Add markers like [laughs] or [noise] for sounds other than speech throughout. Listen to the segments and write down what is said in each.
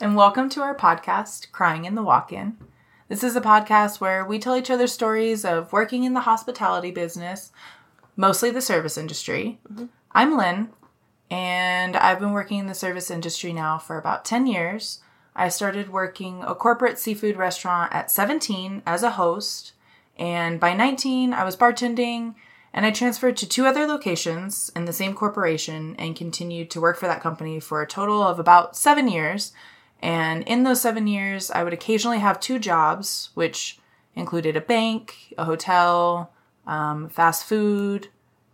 welcome to our podcast, Crying in the Walk In. This is a podcast where we tell each other stories of working in the hospitality business, mostly the service industry. I'm Lynn, and I've been working in the service industry now for about 10 years. I started working a corporate seafood restaurant at 17 as a host, and by 19, I was bartending. And I transferred to two other locations in the same corporation and continued to work for that company for a total of about seven years. And in those seven years, I would occasionally have two jobs, which included a bank, a hotel, um, fast food,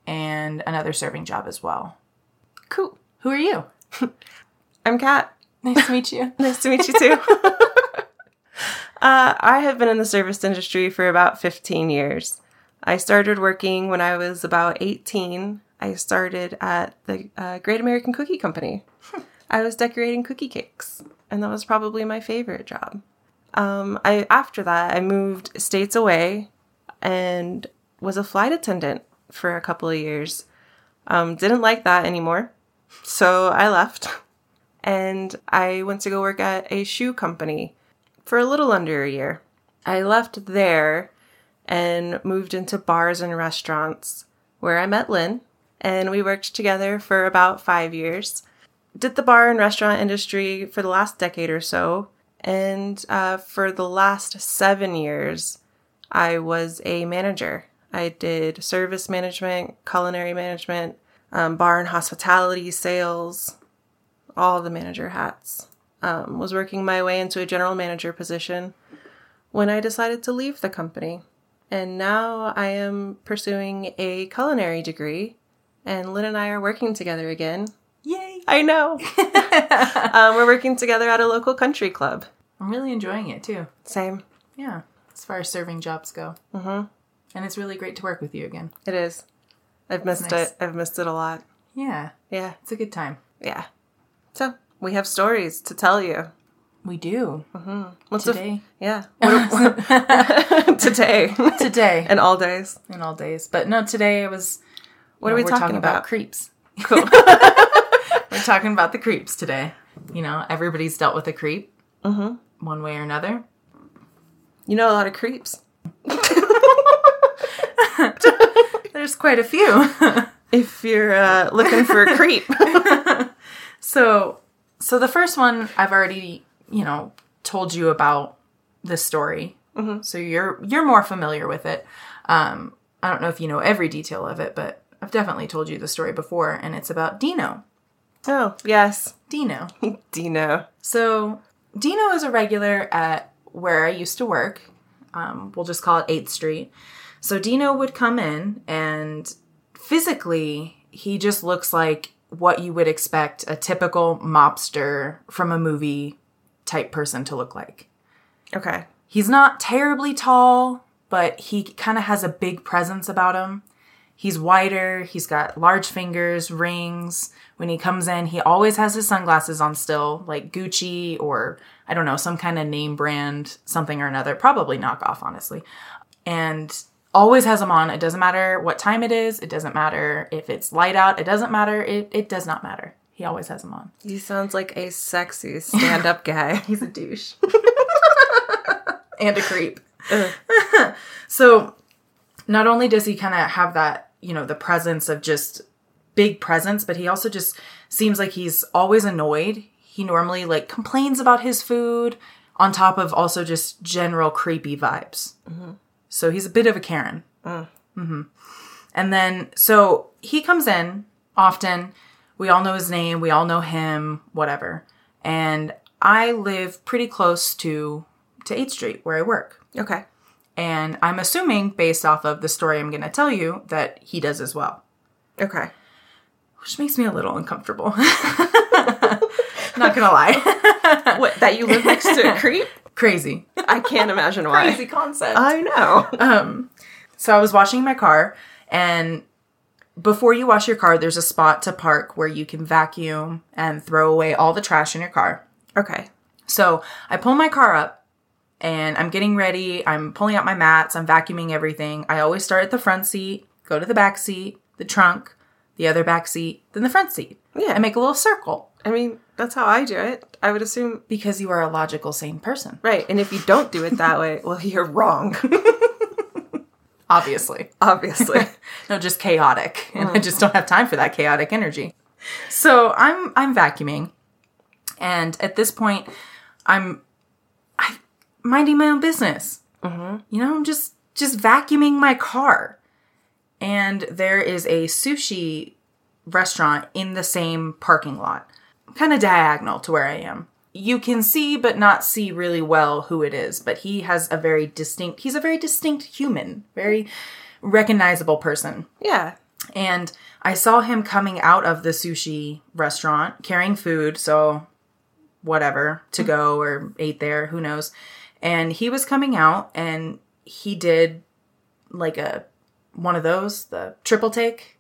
and another serving job as well. Cool. Who are you? [laughs] I'm Kat. Nice to meet you. Nice to meet you too. uh, I have been in the service industry for about 15 years. I started working when I was about 18. I started at the uh, Great American Cookie Company. I was decorating cookie cakes, and that was probably my favorite job. Um, I after that I moved states away and was a flight attendant for a couple of years. Um, didn't like that anymore, so I left [laughs] and I went to go work at a shoe company for a little under a year. I left there and moved into bars and restaurants where I met Lynn, and we worked together for about five years. Did the bar and restaurant industry for the last decade or so, and uh, for the last seven years, I was a manager. I did service management, culinary management, um, bar and hospitality sales, all the manager hats. Um, was working my way into a general manager position when I decided to leave the company. And now I am pursuing a culinary degree, and Lynn and I are working together again. Yay! I know. I'm [laughs] um, we're working together at a local country club. really enjoying it too. Same. Yeah, as far as serving jobs go. Mhm. And it's really great to work with you again. It is. I've missed nice. it. I've missed it a lot. Yeah, Yeah. it's a good time. Yeah. So we have stories to tell you. We do. What's the f- Today. yeah. [laughs] What- [laughs] today. Today. [laughs] and all days. and all days. But no, today it was. What you are know, we we're talking, about? [laughs] Creeps. Cool. [laughs] We're talking about the creeps today. You know, everybody's dealt with a creep, mm-hmm. one way or another. you know a lot of creeps. There's quite a few. [laughs] If you're uh, looking for [laughs] a creep. so, so the first one I've already, you know, told you about the story. Mm-hmm. So you're you're more familiar with it. Um, I don't know if you know every detail of it, but I've definitely told you the story before, and it's about Dino. oh, [laughs] yes. Dino. Dino. So Dino is a regular at where I used to work. Um, we'll just call it 8th Street. So Dino would come in, and physically, he just looks like what you would expect a typical mobster from a movie type person to look like. Okay. He's not terribly tall, but he kind of has a big presence about him. He's wider, he's got large fingers, rings. When he comes in, he always has his sunglasses on still, like Gucci or I don't know, some kind of name brand, something or another, probably knockoff, honestly. And always has them on. It doesn't matter what time it is, it doesn't matter if it's light out, it doesn't matter. It, it does not matter. He always has them on. He sounds like a sexy stand [laughs] up guy. He's a douche. and a creep. [laughs] so not only does he kind of have that, you know, the presence of just big presence, but he also just seems like he's always annoyed. He normally like complains about his food on top of also just general creepy vibes. So he's a bit of a Karen. And then, so he comes in often. We all know his name. We all know him, whatever. And I live pretty close to, to 8th Street where I work. Okay. And I'm assuming, based off of the story I'm going to tell you, that he does as well, Okay. which makes me a little uncomfortable. [laughs] Not going to lie. [laughs] What, that you live next to a creep? Crazy. I can't imagine why. concept. I [laughs] know. So I was washing my car, and before you wash your car, there's a spot to park where you can vacuum and throw away all the trash in your car. Okay. So I pull my car up and I'm getting ready. I'm pulling out my mats. I'm vacuuming everything. I always start at the front seat, go to the back seat, the trunk, the other back seat, then the front seat. Yeah. I make a little circle. I mean, that's how I do it. I would assume because you are a logical, sane person, right. And if you don't do it that way, well, you're wrong. [laughs] obviously. Obviously, [laughs] No, just chaotic. [laughs] And I just don't have time for that chaotic energy. So I'm I'm vacuuming. And at this point, I'm I minding my own business. You know, I'm just just vacuuming my car. And there is a sushi restaurant in the same parking lot, kind of diagonal to where I am. You can see but not see really well who it is, but he has a very distinct he's a very distinct human, very recognizable person. [laughs] yeah. And I saw him coming out of the sushi restaurant carrying food, so whatever, to go or ate there, who knows. And he was coming out and he did like a one of those, the triple take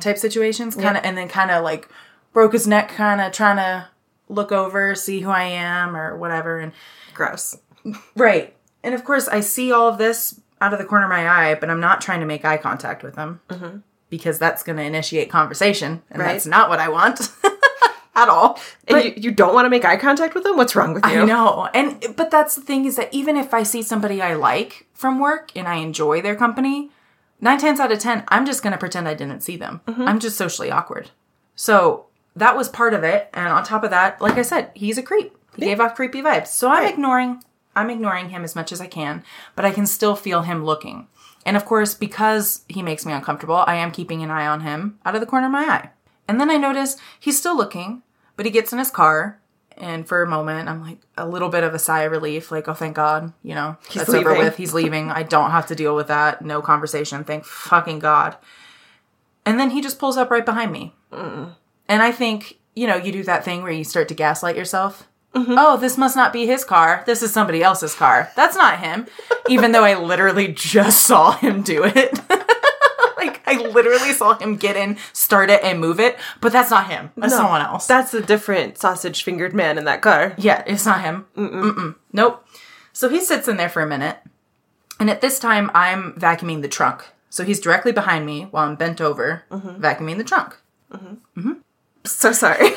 type situations, kind of, and then kind of like broke his neck, kind of trying to look over, see who I am or whatever. And Gross. Right. And of course, I see all of this out of the corner of my eye, but I'm not trying to make eye contact with them because that's going to initiate conversation. And Right. that's not what I want [laughs] at all. and you, you don't want to make eye contact with them. What's wrong with you? I know. And but that's the thing is that even if I see somebody I like from work and I enjoy their company, nine times out of ten, I'm just gonna pretend I didn't see them. I'm just socially awkward. So that was part of it. And on top of that, like I said, he's a creep. He gave off creepy vibes. So I'm ignoring I'm ignoring him as much as I can, but I can still feel him looking. And of course, because he makes me uncomfortable, I am keeping an eye on him out of the corner of my eye. And then I notice he's still looking, but he gets in his car. And for a moment, I'm like a little bit of a sigh of relief, like, oh, thank God, you know, that's over leaving. with. He's leaving. I don't have to deal with that. No conversation. Thank fucking God. And then he just pulls up right behind me. And I think, you know, you do that thing where you start to gaslight yourself. Oh, this must not be his car. This is somebody else's car. That's not him. Even though I literally just saw him do it. [laughs] like, I literally saw him get in, start it, and move it. But that's not him. That's No, someone else. That's a different sausage fingered man in that car. Yeah, it's not him. Mm-mm. Nope. So he sits in there for a minute. And at this time, I'm vacuuming the trunk. So he's directly behind me while I'm bent over, vacuuming the trunk. So sorry.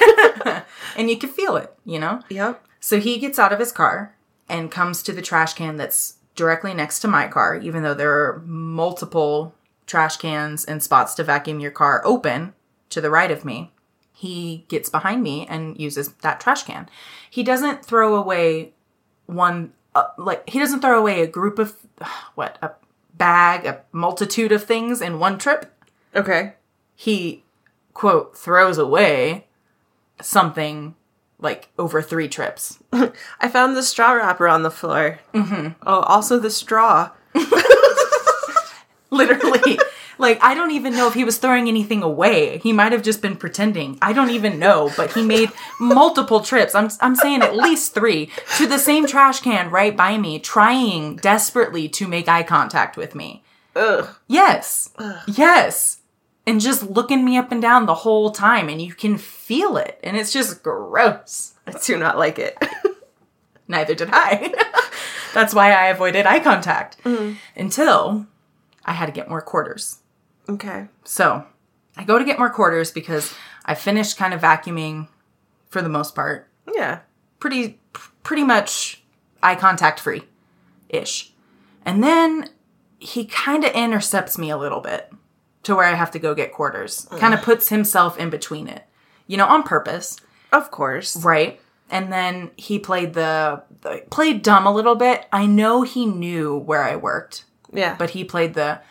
[laughs] And you can feel it, you know? yep. So he gets out of his car and comes to the trash can that's directly next to my car, even though there are multiple trash cans and spots to vacuum your car open to the right of me. He gets behind me and uses that trash can. He doesn't throw away one, uh, like, he doesn't throw away a group of, [sighs] what, a bag, a multitude of things in one trip Okay. he quote throws away something like over three trips. I found the straw wrapper on the floor. Mm-hmm. Oh, also the straw. Literally. like I don't even know if he was throwing anything away. He might have just been pretending. I don't even know, but he made multiple trips. I'm I'm saying at least 3 to the same trash can right by me trying desperately to make eye contact with me. Ugh. Yes. Yes. And just looking me up and down the whole time and you can feel it and it's just gross. I do not like it. [laughs] Neither did I. [laughs] That's why I avoided eye contact until I had to get more quarters. okay. So I go to get more quarters because I finished kind of vacuuming for the most part, Yeah. pretty pretty much eye contact free ish. And then he kind of intercepts me a little bit to where I have to go get quarters. Kind of puts himself in between it. You know, on purpose. Of course. Right. And then he played the, the played dumb a little bit. I know he knew where I worked, Yeah. but he played the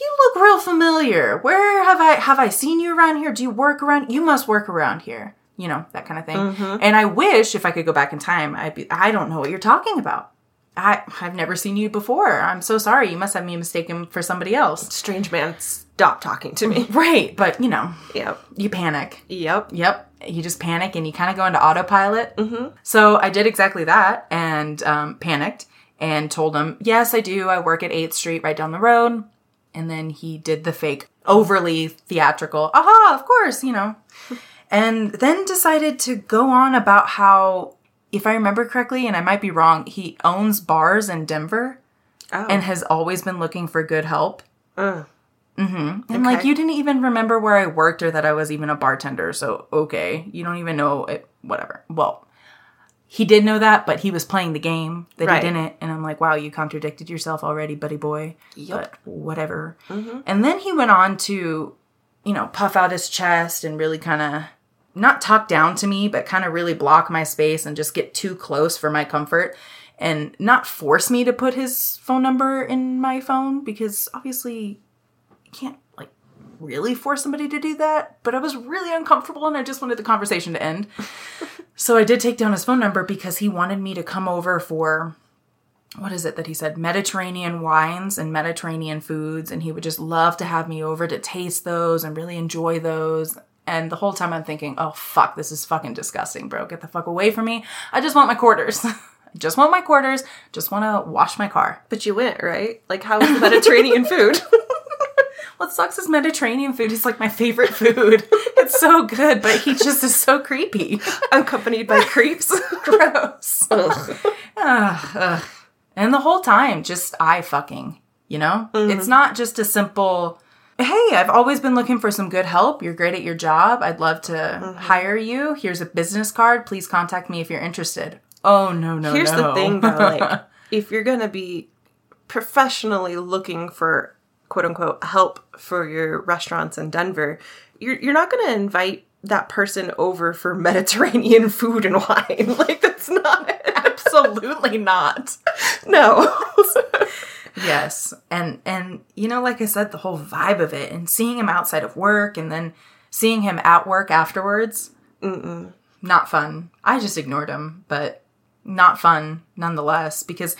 you look real familiar. Where have I have I seen you around here? Do you work around? You must work around here. You know, that kind of thing. And I wish if I could go back in time, I'd be I don't know what you're talking about. I I've never seen you before. I'm so sorry. You must have me mistaken for somebody else. strange man, stop talking to me. Right, but you know, [laughs] yep. you panic. Yep. Yep. You just panic and you kind of go into autopilot. Mm-hmm. So I did exactly that and um, panicked and told him, Yes, I do. I work at 8th Street right down the road. And then he did the fake, overly theatrical, aha, of course, you know. and then decided to go on about how, if I remember correctly, and I might be wrong, he owns bars in Denver Oh. and has always been looking for good help. Ugh. Mm-hmm. And like Okay. you didn't even remember where I worked or that I was even a bartender, so okay, you don't even know it. Whatever. Well, he did know that, but he was playing the game that Right. he didn't, and I'm like, wow, you contradicted yourself already, buddy boy. Yep. But whatever. Mhm. And then he went on to, you know, puff out his chest and really kind of not talk down to me, but kind of really block my space and just get too close for my comfort and not force me to put his phone number in my phone because obviously you can't like really force somebody to do that. But I was really uncomfortable and I just wanted the conversation to end. so I did take down his phone number because he wanted me to come over for what is it that he said? Mediterranean wines and Mediterranean foods. And he would just love to have me over to taste those and really enjoy those. And the whole time I'm thinking, oh, fuck, this is fucking disgusting, bro. Get the fuck away from me. I just want my quarters. [laughs] I just want my quarters. Just want to wash my car. But you went, right? Like, how was the Mediterranean [laughs] food? What sucks is Mediterranean food is like my favorite food. [laughs] it's so good, but he just is so creepy. [laughs] Accompanied by creeps. Gross. Ugh. Ugh, ugh. And the whole time, just eye fucking, you know? Mm-hmm. It's not just a simple, hey, I've always been looking for some good help. You're great at your job. I'd love to Mm-hmm. hire you. Here's a business card. Please contact me if you're interested. Oh, no, no, Here's no. the thing, though. [laughs] Like, if you're gonna be professionally looking for "quote unquote" help for your restaurants in Denver, you're you're not gonna invite that person over for [laughs] Mediterranean food and wine. [laughs] Like, that's not. Absolutely not. no. Yes. And and you know like I said the whole vibe of it and seeing him outside of work and then seeing him at work afterwards. Not fun. I just ignored him, but not fun nonetheless because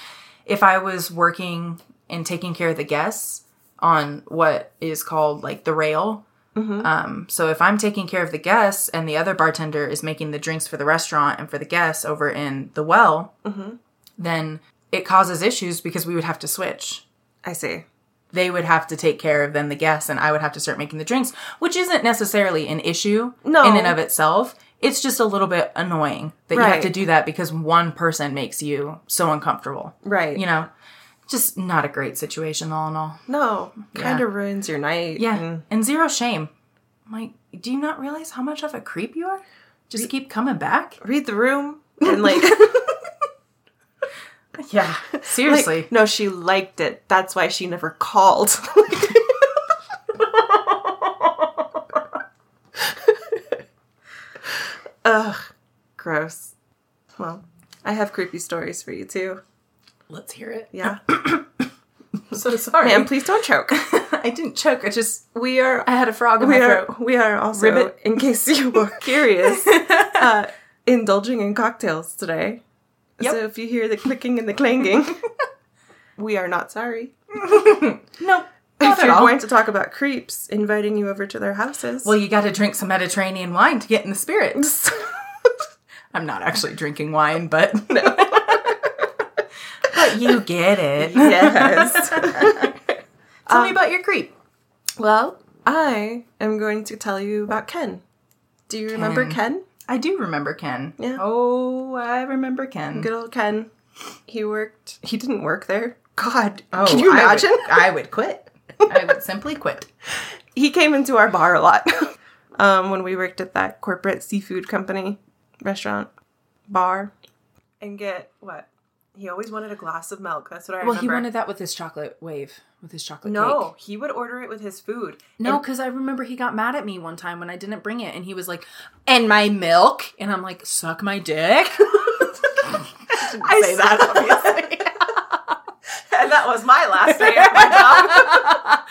if I was working and taking care of the guests on what is called like the rail, um, so if I'm taking care of the guests and the other bartender is making the drinks for the restaurant and for the guests over in the well, then it causes issues because we would have to switch. [laughs] I see. They would have to take care of then the guests, and I would have to start making the drinks, which isn't necessarily an issue No. in and of itself. It's just a little bit annoying that you have Right. to do that because one person makes you so uncomfortable. Right. You know, just not a great situation, all in all. No. Kind of ruins your night. Yeah. and- And zero shame. I'm like, do you not realize how much of a creep you are? Just keep coming back? Read [laughs] the room and like. Yeah. [laughs] Seriously. Like, no, she liked it. That's why she never called. [laughs] Ugh, gross. Well, I have creepy stories for you too. Let's hear it. [coughs] Yeah. I'm so sorry. Ma'am, please don't choke. [laughs] I didn't choke. I just, We are I had a frog in we my are throat. [laughs] we are also Ribbit. in case [laughs] you were curious uh, indulging in cocktails today Yep. so if you hear the clicking and [laughs] the clanging we are not sorry No. Not if at you're all. going to talk about creeps inviting you over to their houses well, you got to drink some Mediterranean wine to get in the spirit. [laughs] I'm not actually drinking wine, but. [laughs] but you get it. yes [laughs] Um, Tell me about your creep. well i am going to tell you about ken do you remember ken I do remember Ken. Yeah. Oh, I remember Ken. good old ken he worked he didn't work there god Oh, can you [laughs] imagine I would, I would quit. I would simply quit. he came into our bar a lot [laughs] um, when we worked at that corporate seafood company restaurant bar and get what he always wanted a glass of milk that's what [laughs] i Well, remember he wanted that with his chocolate wave, with his chocolate no cake. he would order it with his food No, because I remember he got mad at me one time when I didn't bring it, and he was like, "And my milk," and I'm like, "Suck my dick." [laughs] i say that obviously and that was my last day at my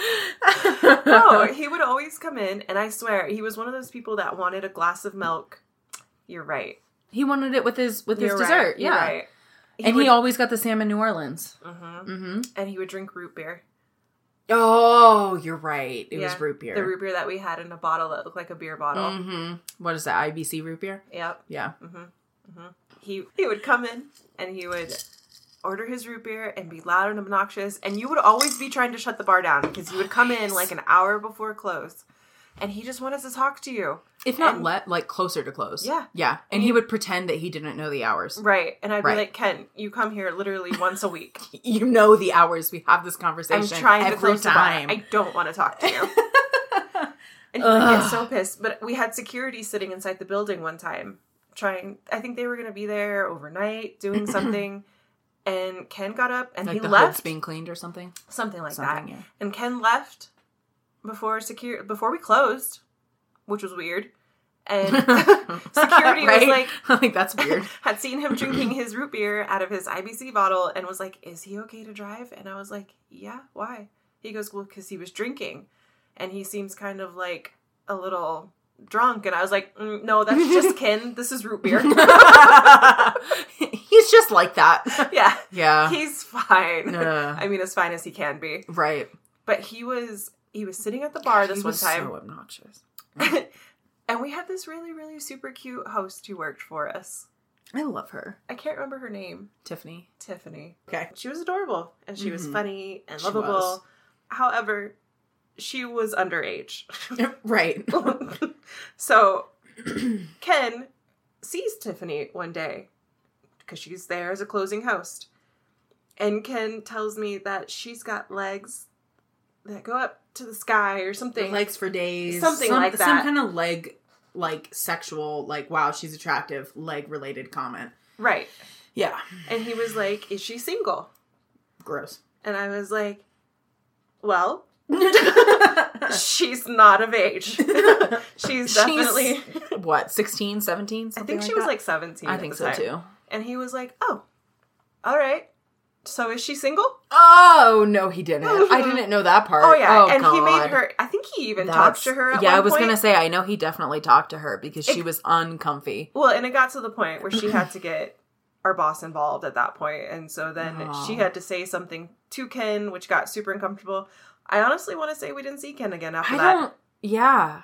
[laughs] job no, he would always come in, and I swear he was one of those people that wanted a glass of milk. You're right. he wanted it with his with his You're right. dessert, You're yeah. right. and would- he always got the salmon New Orleans. Mhm. Mm-hmm. and he would drink root beer. Oh, you're right. It Yeah, was root beer. The root beer that we had in a bottle that looked like a beer bottle. hmm What is that? IBC root beer? Yep. Yeah. He he would come in and he would order his root beer and be loud and obnoxious and you would always be trying to shut the bar down because he would come in like an hour before close and he just wanted to talk to you. If not And- let like closer to close. Yeah. Yeah. And Mm-hmm. he would pretend that he didn't know the hours. Right. And I'd Right. be like, Ken, you come here literally once a week. [laughs] You know the hours we have this I'm conversation. trying to every close the bar. time. I don't want to talk [laughs] to you. and he would get so pissed. But we had security sitting inside the building one time trying I think they were gonna be there [clears throat] overnight doing something. And Ken got up and like he the hood's left being cleaned or [laughs] something. something like that. Something, yeah. And Ken left before secure before we closed, which was weird. [laughs] And security was Right? [laughs] like I think that's weird. had seen him drinking his root beer out of his IBC bottle and was like, "Is he okay to drive?" And I was like, "Yeah, why?" He goes, "Well, because he was drinking, and he seems kind of like a little drunk." And I was like, mm, "No, [laughs] that's just Ken. This is root beer. He's just like [laughs] that. yeah, Yeah. he's fine. Yeah. [laughs] I mean, as fine as he can be. right. But he was he was sitting at the bar this He one was time, So obnoxious. and we had this really really super cute host who worked for us. I love her. I can't remember her name. Tiffany. Tiffany. Okay. [laughs] She was adorable and she was Mhm. funny and She lovable. was. However, she was [laughs] underage. [laughs] Right. so [clears throat] Ken sees Tiffany one day because she's there as a closing host. And Ken tells me that she's got legs that go up to the sky [laughs] or something. Legs for days. Something some, like Some that. kind of leg, like sexual, like wow, she's attractive, leg related comment. right. Yeah. And he was like, Is she single? [laughs] Gross. [laughs] And I was like, Well, She's she's not of age. she's definitely. what 16 17 I something think she was that? like 17. i at think the so time. too And he was like, oh, all right. So is she single? oh no he [laughs] didn't i didn't know that part Oh, yeah. and he God. made her, I think he even That's- talked to her. At yeah one i was point. gonna say i know he definitely talked to her because she was uncomfy Well, and it got to the point where [laughs] she had to get our boss involved at that point. And so then Aw. she had to say something to Ken, which got super uncomfortable. I honestly want to say we didn't see Ken again after i that, don't yeah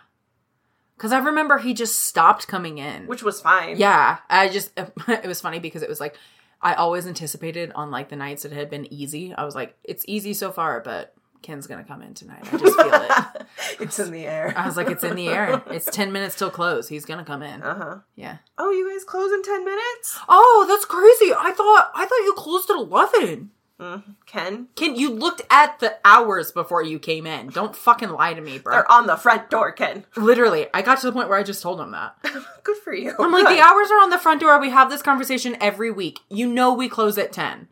because i remember he just stopped coming in which was fine. yeah i just [laughs] it was funny because it was like i always anticipated on like the nights that had been easy i was like it's easy so far but ken's gonna come in tonight i just feel it [laughs] [laughs] it's in the air. [laughs] I was like, it's in the air. It's 10 minutes till close. He's going to come in. Uh huh. Yeah. Oh, you guys close in 10 minutes? Oh, that's crazy. I thought I thought you closed at 11. Mm, Ken, Ken, you looked at the hours before you came in. Don't fucking lie to me, bro. they're on the front door, Ken. [laughs] Literally, I got to the point where I just told him that. Good for you. I'm [laughs] like, the hours are on the front door. We have this conversation every week. You know we close at 10.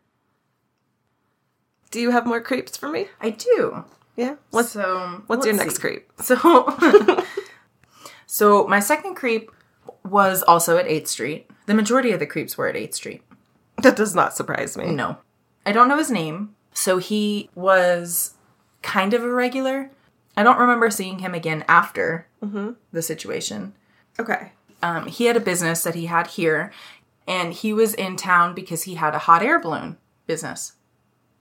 Do you have more crepes for me? I do. Yeah. What's so what's your next creep? [laughs] So, [laughs] so my second creep was also at 8th Street. The majority of the creeps were at 8th Street. [laughs] That does not surprise me. No. I don't know his name. So he was kind of a regular. I don't remember seeing him again after the situation. Okay. Um, he had a business that he had here, and he was in town because he had a hot air balloon business.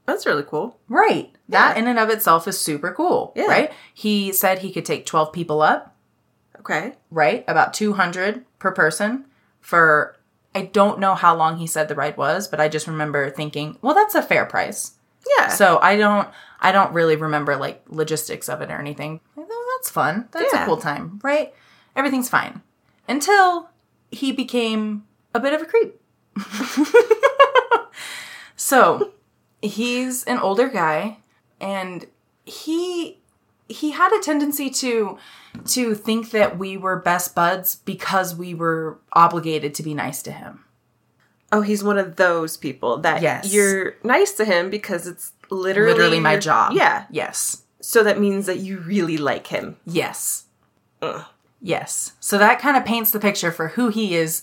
That's really cool. Right. That in and of itself is super cool. Yeah. Right. He said he could take 12 people up, Okay. right? About 200 per person for, I don't know how long he said the ride was, but I just remember thinking, well, that's a fair price. Yeah. So I don't I don't really remember like logistics of it or anything. Like, oh, that's fun. That's a Yeah. cool time, right? Everything's fine. Until he became a bit of a creep. [laughs] so he's an older guy and he he had a tendency to to think that we were best buds because we were obligated to be nice to him. oh, he's one of those people that Yes. you're nice to him because it's literally Literally my your- job. Yeah. Yes. So that means that you really like him. Yes. Ugh. Yes. So that kind of paints the picture for who he is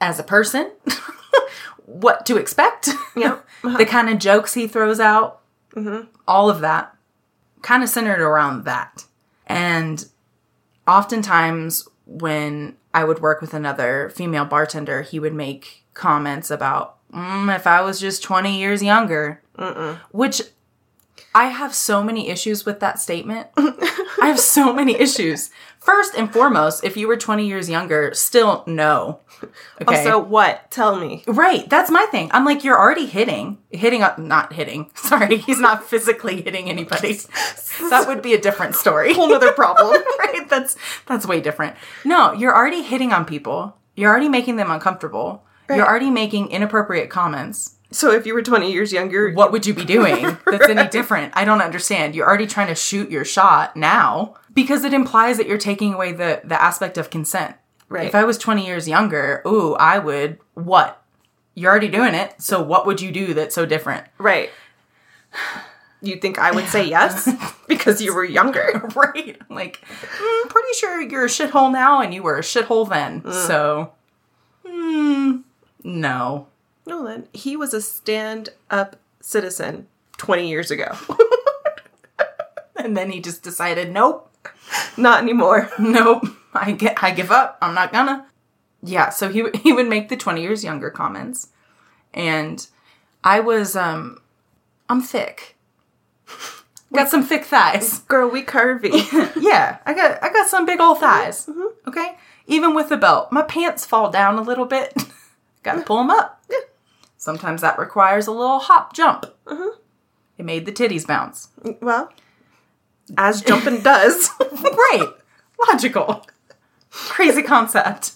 as a person, [laughs] what to expect, [laughs] Yep. Uh-huh. Mm-hmm. the kind of jokes he throws out, all of that kind of centered around that. And oftentimes, when I would work with another female bartender, he would make comments about, mm, if I was just 20 years younger, which I have so many issues with that statement [laughs] I have so many issues. First and foremost, if you were 20 years younger, still no. Okay. Also, what? Tell [laughs] me. Right, that's my thing. I'm like, you're already hitting, hitting, uh, not hitting. [laughs] Sorry, he's not physically hitting anybody. that would be a different story. Whole nother problem. [laughs] right, that's that's way different. No, you're already hitting on people. You're already making them uncomfortable. You're Right. already making inappropriate comments. [laughs] So if you were 20 years younger, What would you be doing [laughs] that's any different? I don't understand. You're already trying to shoot your shot now because it implies that you're taking away the the aspect of consent. right? If I was 20 years younger, ooh, I would what? You're already doing it, so what would you do that's so different? right. You think I would say [laughs] yes because you were [laughs] younger? [laughs] right? I'm Like, mm, pretty sure you're a shithole now and you were a shithole then. So, mm, no. No, then he was a stand-up citizen 20 years ago. [laughs] And then he just decided, nope, Not [laughs] anymore. nope, I, gi- I give up. I'm not gonna. Yeah, so he, w- he would make the 20 years younger comments. And I was, um, I'm thick. [laughs] Got some thick [laughs] thighs. Girl, we curvy. [laughs] yeah, I got I got some big old thighs. Okay, even with the belt, my pants fall down a little bit. [laughs] got to pull them up. Sometimes that requires a little hop jump. It made the titties bounce. well, as jumping does. [laughs] right, logical, crazy concept.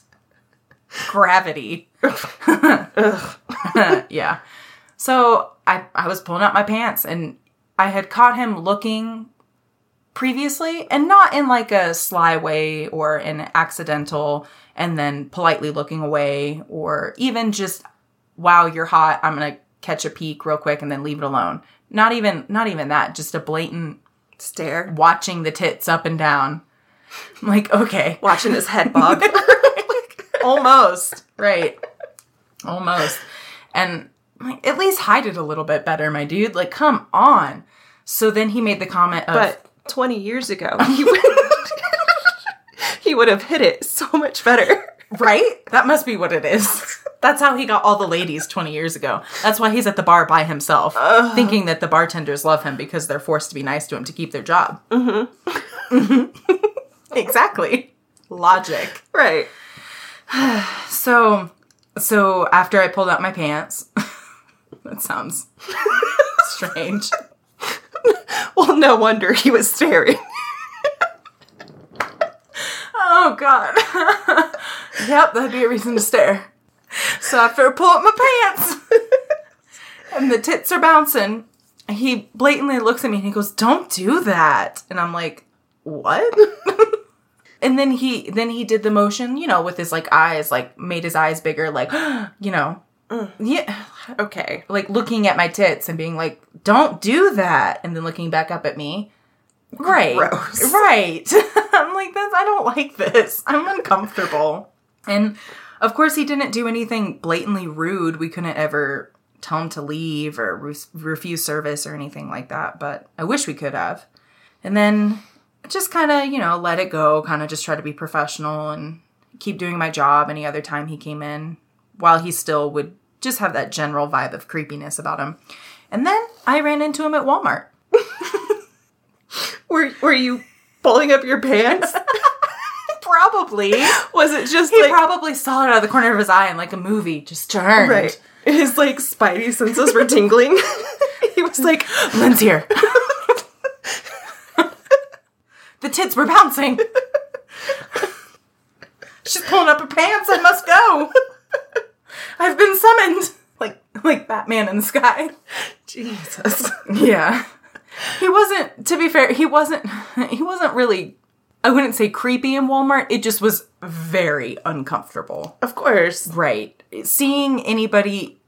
Gravity. [laughs] yeah. So I I was pulling out my pants and I had caught him looking previously and not in like a sly way or an accidental and then politely looking away or even just wow you're hot I'm going to catch a peek real quick and then leave it alone. Not even not even that just a blatant Stare. watching the tits up and down. I'm like okay. Watching his head [laughs] bob. almost right almost and I'm like, at least hide it a little bit better my dude like come on so then he made the comment of but 20 years ago, [laughs] he would, he would have hit it so much better. right that must be what it is [laughs] that's how he got all the ladies 20 years ago that's why he's at the bar by himself thinking that the bartenders love him because they're forced to be nice to him to keep their job mm-hmm. [laughs] exactly logic [laughs] Right. So, so after I pulled out my pants, [laughs] that sounds [laughs] strange. Well, no wonder he was staring. Oh God. [laughs] yep, that'd be a reason to stare. So after I pull up my pants [laughs] and the tits are bouncing, he blatantly looks at me and he goes, "Don't do that." And I'm like, "What?" [laughs] and then he then he did the motion, you know, with his like eyes, like made his eyes bigger, like [gasps] you know, yeah, [sighs] Okay. like looking at my tits and being like, "Don't do that," and then looking back up at me. Right, Gross. [laughs] right. I'm like, "That's I don't like this. I'm uncomfortable." and of course, he didn't do anything blatantly rude. We couldn't ever tell him to leave or re- refuse service or anything like that. But I wish we could have. And then just kind of, you know, let it go. Kind of just try to be professional and keep doing my job. Any other time he came in, while he still would just have that general vibe of creepiness about him. And then I ran into him at Walmart. Were, were you pulling up your pants? Probably. He [laughs] Was it just [laughs] like probably saw it out of the corner of his eye in like a movie, just turned. right? His like spidey senses were tingling. [laughs] he was like, Lynn's here. the tits were bouncing. She's pulling up her pants. I must go. I've been summoned. Like like Batman in the sky. Jesus. Yeah. He wasn't to be fair, he wasn't he wasn't really I wouldn't say creepy in Walmart. It just was very uncomfortable. Of course. Right. Seeing anybody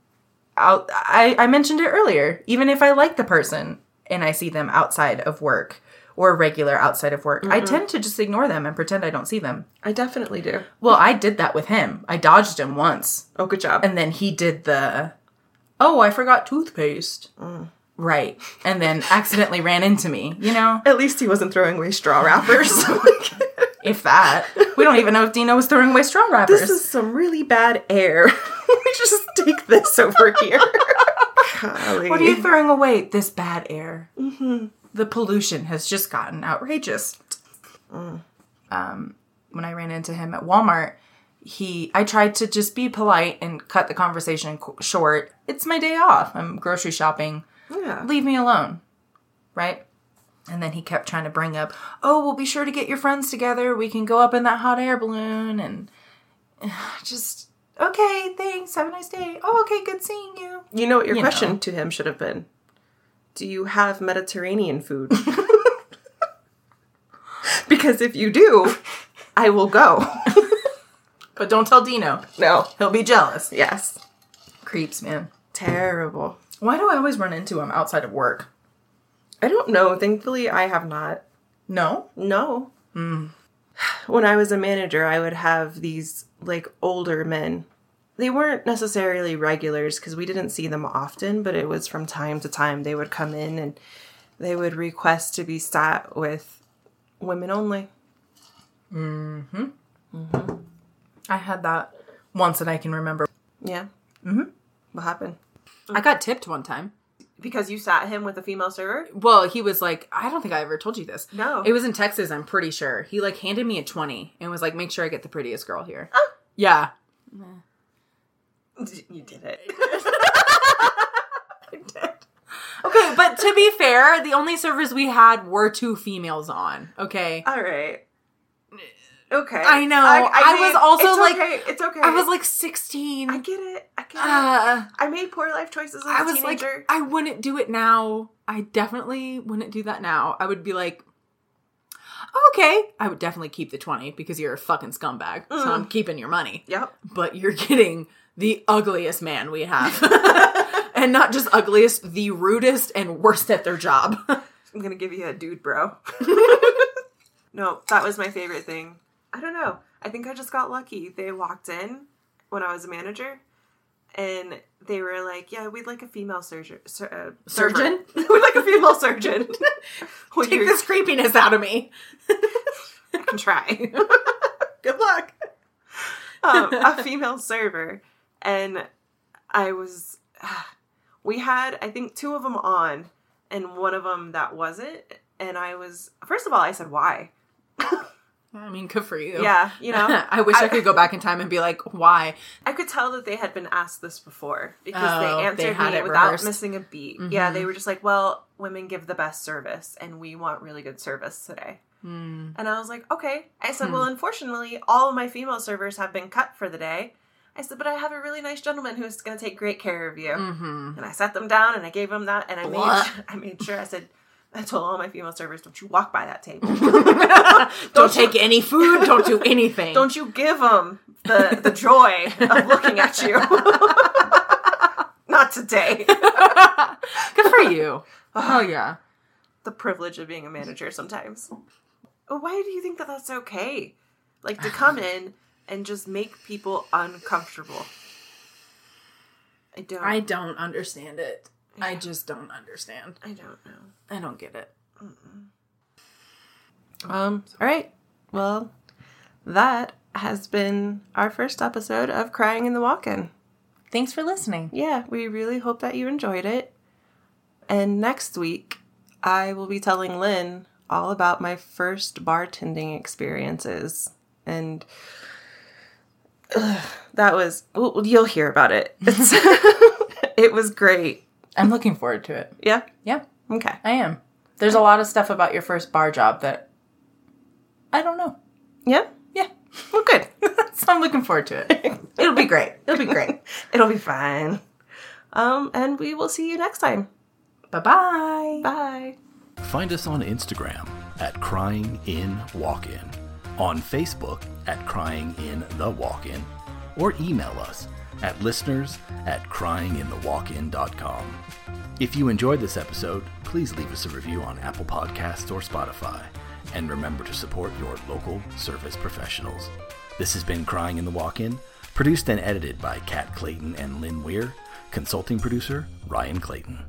out I, I mentioned it earlier. Even if I like the person and I see them outside of work or regular outside of work, Mm-hmm. I tend to just ignore them and pretend I don't see them. I definitely do. Well, I did that with him. I dodged him once. Oh, good job. And then he did the, oh, I forgot toothpaste. Mm. Right. And then accidentally ran into me, you [laughs] know? At least he wasn't throwing away straw wrappers. [laughs] If that. We don't even know if Dino was throwing away straw wrappers. this is some really bad air. [laughs] we just take this over here. Golly. what are you throwing away? This bad air. The pollution has just gotten outrageous. Um, when I ran into him at Walmart, he I tried to just be polite and cut the conversation qu- short. It's my day off. I'm grocery shopping. Yeah. Leave me alone. Right? And then he kept trying to bring up, "Oh, we'll be sure to get your friends together. We can go up in that hot air balloon and [sighs] just okay, thanks. Have a nice day. Oh, okay, good seeing you." You know what your You question know. to him should have been? Do you have Mediterranean [laughs] food? because if you do, I will go. [laughs] But don't tell Dino. no. He'll be jealous. Yes. Creeps, man. Terrible. Why do I always run into him outside of work? I don't know. Thankfully, I have not. No. No. Mm. When I was a manager, I would have these like older men. They weren't necessarily regulars because we didn't see them often, but it was from time to time they would come in and they would request to be sat with women only. I had that once that I can remember. Yeah. Mm-hmm. What happened? I got tipped one time. Because you sat him with a female server? Well, he was like, I don't think I ever told you this. No. It was in Texas, I'm pretty sure. He like handed me a 20 and was like, make sure I get the prettiest girl here. Yeah. You [laughs] did it. [laughs] Okay, but to be fair, the only servers we had were two females on. Okay. All right. Okay. I know. I was also, it's like- okay. it's okay. I was like 16. I get it. I get it. uh, I made poor life choices as a I was teenager. like, I wouldn't do it now. I definitely wouldn't do that now. I would be like, "Oh, okay, I would definitely keep the 20 because you're a fucking scumbag. So Mm. I'm keeping your money. yep. But you're getting the ugliest man we [laughs] have. and not just ugliest, the rudest and worst at their [laughs] job. I'm gonna give you a dude, [laughs] bro. no, that was my favorite thing. I don't know. I think I just got lucky. They walked in when I was a manager, and they were like, "Yeah, we'd like a female surgeon. Sur- uh, server." [laughs] Surgeon? we'd like a female [laughs] surgeon. well, Take you this creepiness out of me. can try. Good luck. Um, [laughs] a female server, and I was. [sighs] we had I think two of them on, and one of them that wasn't. And I was first of all, I said why? I mean, good for you. Yeah, you know, [laughs] I wish I, could go back in time and be like, why? I could tell that they had been asked this before because Oh, they they answered had me it without rehearsed. Mm-hmm. missing a beat. Yeah, they were just like, "Well, women give the best service, and we want really good service today." Hmm. And I was like, "Okay." I said, "Well, unfortunately, all of my female servers have been cut for the day." I said, "But I have a really nice gentleman who's going to take great care of you." Mm-hmm. And I sat them down and I gave them that, and I Blah. made [laughs] I made sure I said. I told all my female servers, "Don't you walk by that table." [laughs] don't, Don't you- take any food. Don't do anything. [laughs] Don't you give them the, the joy of looking at you. [laughs] Not today. [laughs] Good for you. Oh yeah. The privilege of being a manager sometimes. Why do you think that that's okay? Like to come in and just make people uncomfortable. I don't. I I, don't understand it. I just don't understand. don't know. I don't get it. Um. All right. Well, that has been our first episode of Crying in the Walk-in. Thanks for listening. yeah, we really hope that you enjoyed it. And next week, I will be telling Lynn all about my first bartending experiences. And ugh, that was, well, you'll hear about it. It's, [laughs] it was great. I'm looking forward to it. Yeah. Yeah, Okay. I am. There's a lot of stuff about your first bar job that I don't know. Yeah. Yeah. [laughs] Well, good. [laughs] so I'm looking forward to it. It'll be great. It'll be great. It'll be fine. Um, and we will see you next time. [laughs] Bye-bye. Bye. Find us on Instagram at Crying In Walk In, on Facebook at Crying In The Walk In, or email us at listeners at cryinginthewalkin.com. If you enjoyed this episode, please leave us a review on Apple Podcasts or Spotify, and remember to support your local service professionals. This has been Crying in the Walk In, produced and edited by Kat Clayton and Lynn Weir, consulting producer Ryan Clayton.